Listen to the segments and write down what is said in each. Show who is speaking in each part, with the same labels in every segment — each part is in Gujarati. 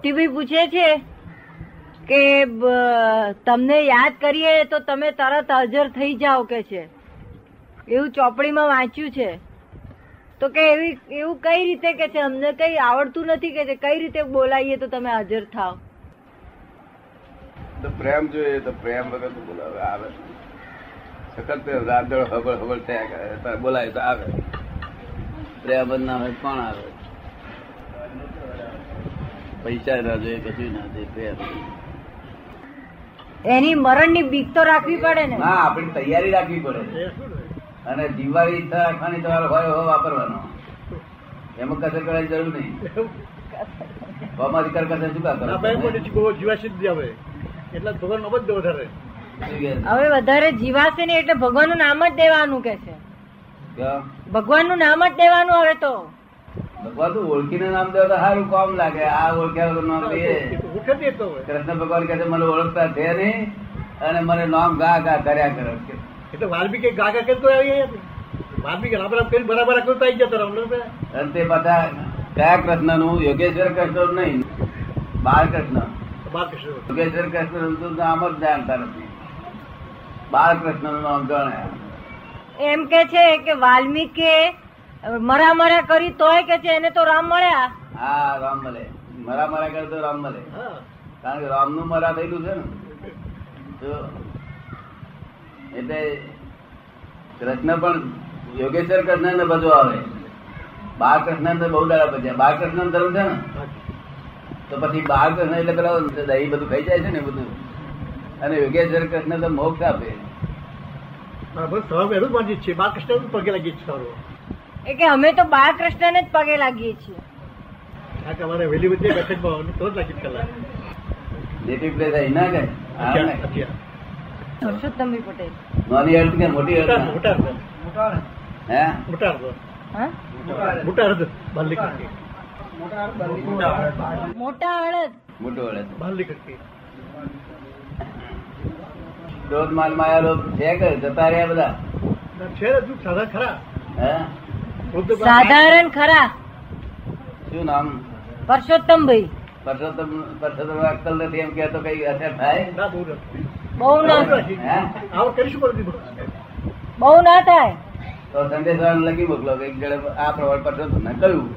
Speaker 1: ટીવી પૂછે છે કે બ, તમને યાદ કરીએ તો તમે તરત હાજર થઈ જાઓ કે છે એવું ચોપડીમાં વાંચ્યું છે તો કે એવી એવું કઈ રીતે કે છે અમને કઈ આવડતું નથી કે છે કઈ રીતે બોલાવીએ તો તમે હાજર થાવ
Speaker 2: તો પ્રેમ જોઈએ તો પ્રેમ વગર તો બોલાવે આવે સખત રાંધણ હબળ હબળ થયા કરે તો બોલાય તો આવે પ્રેમ જ ના હોય તો કોણ આવે પૈસા ના જોઈએ કશું ના જોઈએ પ્રેમ
Speaker 1: એની મરણની બીક તો રાખવી પડે ને
Speaker 2: ના આપણી તૈયારી રાખવી પડે અને જીવવાની ઈચ્છા રાખવાની તમારે હોય હોય વાપરવાનો એમાં કસર કરવાની જરૂર નહીં કોમાં અધિકાર કસર શું કામ કરો?
Speaker 3: આપણે એમ બોલીએ છીએ કે બહુ જીવાશીલ જ આવે એટલે ભગવાન અબજ દે વધારે
Speaker 2: શું કહે?
Speaker 1: હવે વધારે જીવાશે ને એટલે ભગવાનનું નામ જ દેવાનું કે છે
Speaker 2: ક્યાં?
Speaker 1: ભગવાનનું નામ જ દેવાનું હવે તો
Speaker 2: ભગવાન તો ઓળખીને નામ દે તો સારું કામ લાગે આ ઓળખ્યા વગર નામ દઈએ
Speaker 3: ઉઠે જ તો હોય
Speaker 2: કૃષ્ણ ભગવાન કહે છે મને ઓળખતા છે નહીં અને મને નામ ગા ગા કર્યા કરો કે
Speaker 3: એટલે વાલ્મીકી ગાગા કરતો આવી ગયા છે. વાલ્મીકી રામ રામ કરીને બરાબર આખું તો આવી જતો રામ રામ.
Speaker 2: અને તે બધા કયા કૃષ્ણનું યોગેશ્વર કૃષ્ણ નહીં બાળકૃષ્ણ
Speaker 3: બાલકૃષ્ણ
Speaker 2: યોગેશ્વર કૃષ્ણ નું નામ જ જાણતા નથી બાળકૃષ્ણ નું નામ જાણે
Speaker 1: એમ કે છે કે વાલ્મીકે મરા મરા કરી તોય કે છે એને તો રામ મળ્યા
Speaker 2: હા રામ મળે મરા મરા કરતો રામ મળે
Speaker 3: હા
Speaker 2: કારણ કે રામનું મરા થયેલું છે ને તો એટલે કૃષ્ણ પણ યોગેશ્વર કૃષ્ણ ને બધું આવે બાળકૃષ્ણ ને બહુ દાડા પછી બાળકૃષ્ણ નો ધર્મ છે ને તો પછી બાળકૃષ્ણ એટલે પેલા દહીં બધું ખાઈ જાય છે ને એ બધું અને યોગેશ્વર કૃષ્ણ તો મોક્ષ આપે
Speaker 3: હા, બસ સવારમાં એનું જ વાંચી છે બાલકૃષ્ણ પગે લાગી છે સારું
Speaker 1: એ કે અમે તો બાળકૃષ્ણને જ પગે લાગીએ છીએ
Speaker 3: કારણ કે અમારે વહેલી બધી મેસેજ માં આવવાનું તો જ લાગી છે કલાક
Speaker 2: નેટિવ પ્લેસ અહીં ના જાય હા ને?
Speaker 3: અત્યારે.
Speaker 1: પુરુષોત્તમભાઈ પટેલ
Speaker 2: નાની અર્થ કે મોટી અર્થ
Speaker 3: મોટા- મોટા હૃદય.
Speaker 2: હે
Speaker 3: મોટા હૃદય.
Speaker 1: હા
Speaker 3: મોટા હૃદય. બાલ્યકૃતિ.
Speaker 1: મોટા હળદ
Speaker 2: મોટું વડે
Speaker 3: બાલ્યકૃતિ.
Speaker 2: ક્રોધ માન માયા લોભ છે કે જતા રહ્યા બધા
Speaker 3: ના, છે હજુ સારા ખરા
Speaker 2: હે
Speaker 3: વૃદ્ધ બાળ-
Speaker 1: સાધારણ ખરા
Speaker 2: શું નામ
Speaker 1: પરસોત્તમભાઈ
Speaker 2: પરસોત્તમ પરસોત્તમ અક્કલ નથી એમ કહેતો કઈ અસર થાય
Speaker 3: ના બહુ નથી.
Speaker 1: બહુ ના
Speaker 2: હે?
Speaker 3: આવું કરીશું પણ નથી.
Speaker 1: બહુ ના થાય
Speaker 2: તો સંદેશ લખી મોકલો કે એક જણે આ પ્રમાણે પરસોત્તમ ને કહ્યું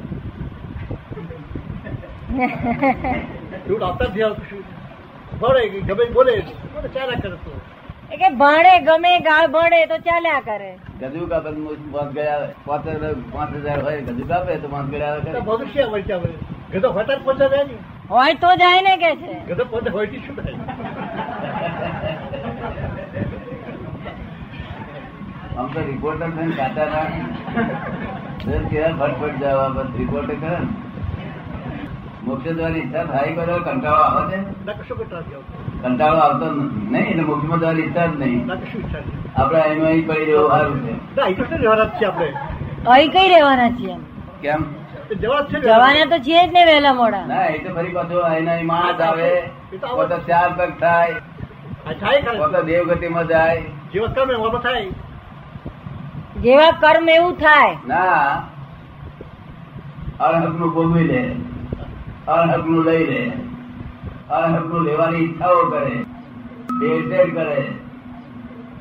Speaker 3: એવું આવતા જ નહીં આવતું શું. ભણે ગમે તે બોલે બોલે ચાલ્યા કરે તો.
Speaker 1: એ કે ભણે ગમે ગાળ ભણે તો ચાલ્યા કરે
Speaker 2: ગજુ કાપે તો પાંચ ગયા આવે પાંચ હજાર પાંચ હજાર હોય ગજુ કાપે તો પાંચ ગયા આવે
Speaker 3: તો
Speaker 2: ખરી.
Speaker 3: બધું શી આવે છે આપણે? ગધો ફટાક પહોંચે જાય ને.
Speaker 1: હોય તો જાય ને કે છે
Speaker 3: ગધો પહોંચે હોય થી શું થાય?
Speaker 2: આમ તો રિપોર્ટર થઈને ખાતા ના દર કેવા ફટફટ જવા બસ રિપોર્ટર કરે ને. મોક્ષ દ્વારી ઈચ્છા થાય બરાબર કંટાળો આવે છે
Speaker 3: ના કશું કંટાળો નહીં આવતો.
Speaker 2: કંટાળો આવતો જ નથી નહીં એટલે મોક્ષમાં દ્વારી ઈચ્છા જ નહીં
Speaker 3: ના કશું ઈચ્છા નહીં.
Speaker 2: આપડે એનું અહીં પડી રહ્યું સારું છે
Speaker 3: ના, અહીં તો શું જવાના જ છે આપણે?
Speaker 1: અહીં કઈ રહેવાના છીએ એમ?
Speaker 2: કેમ
Speaker 3: તો જવાના જ છે ને.
Speaker 1: જવાના તો છીએ જ ને વહેલા મોડા
Speaker 2: ના એ તો ફરી પાછો એના માણસ આવે
Speaker 3: એ તો
Speaker 2: પોતે ચાર પગ થાય
Speaker 3: આ થાય
Speaker 2: પોતે
Speaker 3: ખરા.
Speaker 2: દેવગતિ માં જાય
Speaker 3: જેવા કર્મ એવા પણ થાય.
Speaker 1: જેવા કર્મ એવું થાય
Speaker 2: ના અણહક નું ભોગવી લે અણહક નું લઈ લે અણહક નું લેવાની ઈચ્છાઓ કરે બેટેડ કરે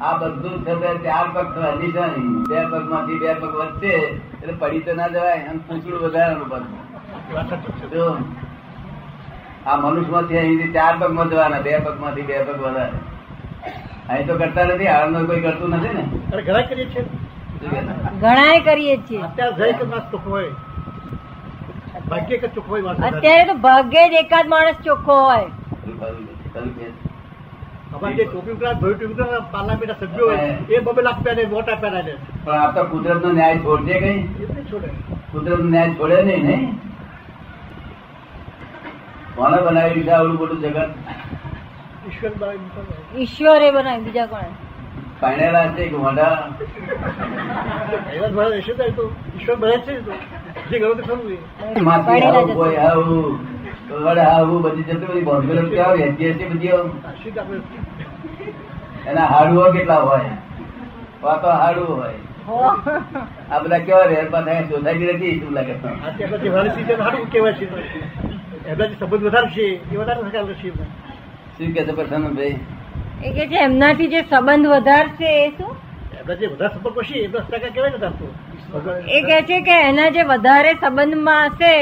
Speaker 2: આ બધું છે તે ચાર પગ થવાની છે નહીં. બે પગ માંથી બે પગ વધશે એટલે પડી તો ના જવાય અને પૂછડું વધારાનું બધું
Speaker 3: એ વાત સાચી છે.
Speaker 2: જો આ મનુષ્ય માંથી અહીંથી ચાર પગમાં જવાના બે પગમાંથી બે પગ વધારે અહીં તો કરતા નથી આણંદ કોઈ કરતું નથી ને
Speaker 3: અરે ઘણા કરીએ છીએ.
Speaker 2: શું કહે છે?
Speaker 1: ઘણાય કરીએ છીએ
Speaker 3: અત્યારે જય કે માસ ચોખ્ખો હોય. ભાગ્ય કે ચોખ્ખો હોય માસ વધારે.
Speaker 1: અત્યારે તો ભાગ્યે જ એકાદ માણસ ચોખ્ખો હોય
Speaker 2: ખરું, ખરું, ખરું કહે છે.
Speaker 3: અમારે જે ટોપી ઉઘરાટ, ભોય ટોપી ઉઘરાટ, પાર્લામેન્ટના સભ્યો હોય, એ બબે લાખ રૂપિયા ને વોટ આપ્યા ને.
Speaker 2: પણ આ તો કુદરત નો ન્યાય છોડશે કઈ
Speaker 3: એ નહીં છોડે.
Speaker 2: કુદરત નો ન્યાય છોડે નહીં ને કોને બનાવ્યું છે આવડું મોટું જગત
Speaker 3: ઈશ્વર દ્વારા ઈશ્વર.
Speaker 1: ઈશ્વરે બનાવ્યું બીજા કોણે
Speaker 2: પાણેલા છે કે મોઢા
Speaker 3: એવા દ્વારા રહેશે તો એ તો ઈશ્વર બને છે ને તો. જે કરો તે ખરું એ.
Speaker 2: માથી
Speaker 1: પડેલા
Speaker 2: આવું
Speaker 1: જ
Speaker 2: કોઈ આવું વડા આવું બધી જતું બધી ભોંગલો ક્યાં હોય હેતી હેતી બધી આમ.
Speaker 3: શું કે આપણે
Speaker 2: એના હાડુઓ કેટલા હોય વાતો હાડું હોય
Speaker 1: હતા.
Speaker 2: આ બધા કેવા રહે પાછા સોસાયટી નથી શું લાગે
Speaker 3: અત્યારે પછી વાણી સીઝન હારું કહેવાય છે એમના જે સંબંધ વધારે છે એ વધારે સહકાર છે એમને
Speaker 2: શું કે છે પ્રસન્નભાઈ
Speaker 1: એ કે છે એમનાથી જે સંબંધ વધારશે એ શું
Speaker 3: એમના જે વધારે સંપર્ક હશે એમના સહકાર કહેવાય ને આપતો
Speaker 1: એ કે છે કે એના જે વધારે સંબંધમાં હશે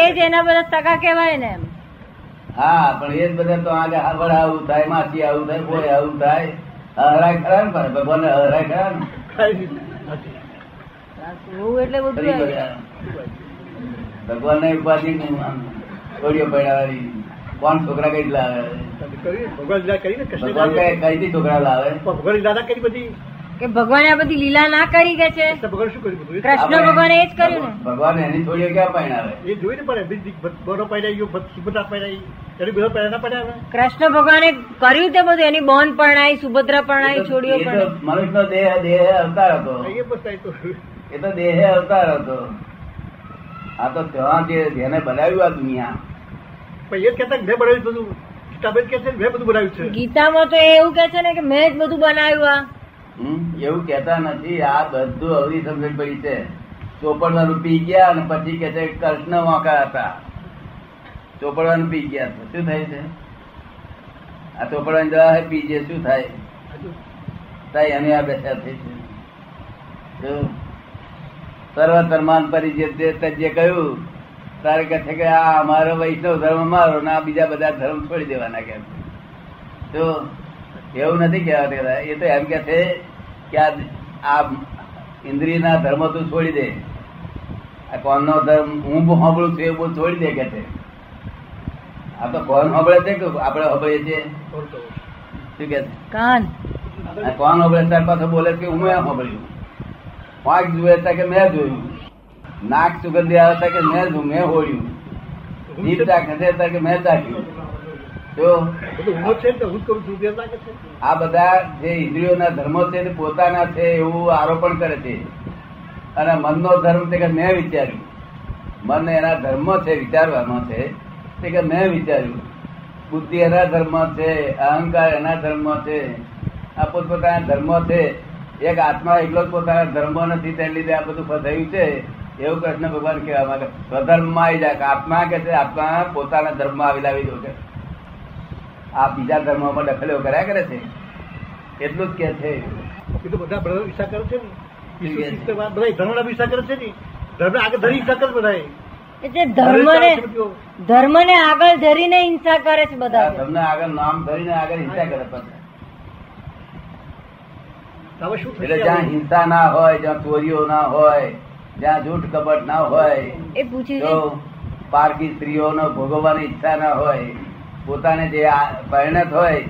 Speaker 1: એ જ એના બધા સગા કહેવાય ને એમ
Speaker 2: હા પણ એ જ બધા તો આગળ હાવડ આવું થાય માસી આવું થાય કોઈ આવું થાય હરાય ખરા ને પણ ભગવાન હરાય ખરા ને
Speaker 1: એવું એટલે
Speaker 2: ફરી
Speaker 1: બધું
Speaker 2: વળ્યા. ભગવાનને ઉપાધિ નહીં આમ કોળીઓ પડાવવાની. કોણ છોકરા કઈ લાવે
Speaker 3: ભગવાન લીલા કરીને કૃષ્ણ
Speaker 2: ભગવાન કઈ
Speaker 3: ભગવાન
Speaker 2: કઈથી છોકરા લાવે
Speaker 3: લીલા ના કરી બધી
Speaker 1: કે ભગવાને આ બધી લીલા ના કરી કે છે
Speaker 3: કૃષ્ણ ભગવાન શું કર્યું બધું
Speaker 1: કૃષ્ણ
Speaker 2: આપણે-
Speaker 1: ભગવાને એ જ કર્યું ને.
Speaker 2: ભગવાન એની છોડીઓ ક્યાં પરણાવે
Speaker 3: એ જોઈ ને પણ બધી બરો પહેરાઈ ગયો સુભદ્રા પહેરાઈ એને બધો પહેરા ના પડ્યા
Speaker 1: કૃષ્ણ ભગવાને કર્યું તે બધું એની બોન પરણાઈ સુભદ્રા પરણાઈ છોડીઓ
Speaker 2: એ તો- એ તો
Speaker 1: પરણાઈ
Speaker 2: મનુષ્યનો દેહ દેહ અવતાર હતો
Speaker 3: એ બસ થાય તો
Speaker 2: એ તો દેહ અવતાર હતો આ તો ત્યાં જે જેને બનાવ્યું આ દુનિયા
Speaker 3: પણ એ જ કહેતા કે મેં બનાવ્યું બધું ગીતાબેન કહે છે કે મેં બધું બનાવ્યું છે
Speaker 1: ગીતામાં તો એ એવું કે છે ને કે મેં જ બધું બનાવ્યું આ
Speaker 2: હમ? એવું કહેતા નથી આ બધું અવરી સમજણ પડી છે ચોપડવા પી ગયા અને પછી કે છે કૃષ્ણ વાંકા હતા ચોપડવાનું પી ગયા છે. શું થાય છે આ ચોપડવાની દવા પી ગયા શું થાય થાય અને આ બેઠા થઈ છે તો સર્વધર્માન પરિચય તે તજ્જે કહ્યું તારે કહે છે કે આ અમારો વૈષ્ણવ ધર્મ મારો ને આ બીજા બધા ધર્મ છોડી દેવાના કે છે. તો એવું નથી કહેવા દેતા એ તો એમ કે છે કે આ આ ઇન્દ્રિયના ધર્મ તું છોડી દે આ કોનનો ધર્મ હું બહુ સાંભળું છું એ બહુ છોડી દે કે છે આ તો કોણ સાંભળે છે કે આપણે સાંભળીએ છીએ
Speaker 3: બોલ તો.
Speaker 2: શું કે છે
Speaker 1: કાન
Speaker 2: અને કોણ સાંભળે ત્યાર પાછો બોલે કે હું મેં સાંભળ્યું પાંખ જુએ ત્યાં કે મેં જોયું નાક સુગંધી આવે ત્યાં કે મેં જોયું મેં હોળ્યું જીભ ચાખે છે ત્યાં કે મેં ચાખ્યું જો
Speaker 3: બધું હું જ છે ને તો હું જ કરું છું એવું લાગે છે
Speaker 2: આ બધા જે ઇન્દ્રિયોના ધર્મો છે તે પોતાના છે એવું આરોપણ કરે છે અને મનનો ધર્મ તે કે મેં વિચાર્યું મન એના ધર્મ છે વિચારવાનો છે તે કે મેં વિચાર્યું બુદ્ધિ એના ધર્મ છે અહંકાર એના ધર્મ છે આ પોતપોતાના ધર્મ છે એક આત્મા એકલો જ પોતાના ધર્મ નથી તેને લીધે આ બધું ફસાયું છે એવું કૃષ્ણ ભગવાન કહેવા માંગે સ્વધર્મમાં આવી જાય કે આત્મા કે છે આત્મા પોતાના ધર્મમાં આવી લાવી દો કે આ બીજા ધર્મોમાં દખલો કર્યા કરે છે એટલું જ કે છે
Speaker 3: એ તો બધા બ્રધર ઈર્ષા કરે છે
Speaker 2: શું કહે
Speaker 3: ને
Speaker 2: છે?
Speaker 3: ઈસુ ખ્રિસ્તમાં બધા ધર્મના ઈર્ષા કરે છે ને ધર્મને આગળ ધરી ઈર્ષા કરે બધા
Speaker 1: એટલે ધર્મને ધર્મને આગળ ધરીને હિંસા કરે છે બધા
Speaker 2: તમને આગળ નામ ધરીને આગળ હિંસા કરે પાછા
Speaker 3: હવે શું
Speaker 2: એટલે
Speaker 3: થશે
Speaker 2: જ્યાં હિંસા ના હોય જ્યાં ચોરીઓ ના હોય જ્યાં જૂઠ કપટ ના હોય
Speaker 1: એ પૂછ્યું છે
Speaker 2: જો પારકી સ્ત્રીઓનો ભોગવવાની ઈચ્છા ના હોય પોતાને જે આ પરિણત હોય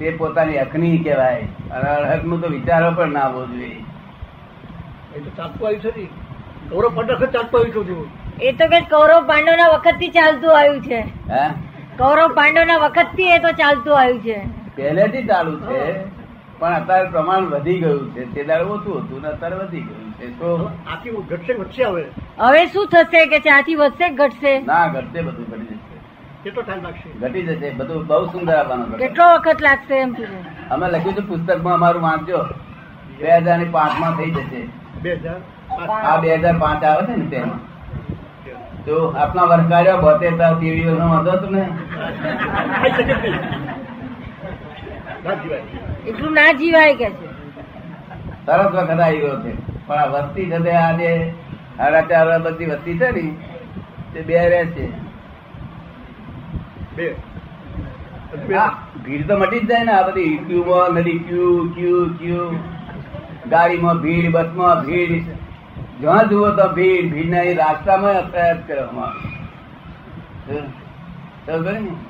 Speaker 2: તે પોતાની અખની કહેવાય અને અડહકનું તો વિચારો પણ ના હોવો જોઈએ
Speaker 3: એ તો ચાલતું આવ્યું છે ને ગૌરવ પંડ્યા વખત ચાલતું આવ્યું છે બધું.
Speaker 1: એ તો કે કૌરવ પાંડવના વખતથી ચાલતું આવ્યું છે
Speaker 2: હે
Speaker 1: કૌરવ પાંડવના વખતથી એ તો ચાલતું આવ્યું છે
Speaker 2: પહેલેથી ચાલુ છે પણ અત્યારે પ્રમાણ વધી ગયું છે તે દાડે ઓછું હતું ને અત્યારે વધી ગયું છે તો
Speaker 3: હવે આથી ઘટશે ને વધશે હવે
Speaker 1: હવે શું થશે કે ચાથી વધશે કે ઘટશે
Speaker 2: ના ઘટશે બધું ઘટી જશે
Speaker 3: કેટલો ટાઈમ લાગશે
Speaker 2: ઘટી જશે બધું બહુ સુંદર આવવાનું ઘટે.
Speaker 1: કેટલો વખત લાગશે એમ પૂછે
Speaker 2: અમે લખ્યું છે પુસ્તકમાં અમારું વાંચજો બે હજાર ને પાંચ માં થઈ જશે
Speaker 3: બે હજાર
Speaker 2: આ બે હજાર પાંચ આવે છે ને તેમાં તો આપના વર્કાર્યો બોતેર તાર ટીવી નો વાંધો હતો ને
Speaker 1: એટલું ના જીવાય કે છે
Speaker 2: સરસ વખત આવી ગયો છે પણ આ વસ્તી છે આજે સાડા ચાર વાર બધી વસ્તી છે ને તે બે રહેશે
Speaker 3: બે
Speaker 2: હા, ભીડ તો મટી જ જાય ને આ બધી ક્યુમાં નદી ક્યુ ક્યુ ક્યુ ગાડીમાં ભીડ બસમાં ભીડ જ્યાં જુઓ તો ભીડ ભીડના એ રાસ્તામાં અસર કરવામાં આવે. હે? સમજ પડી ને?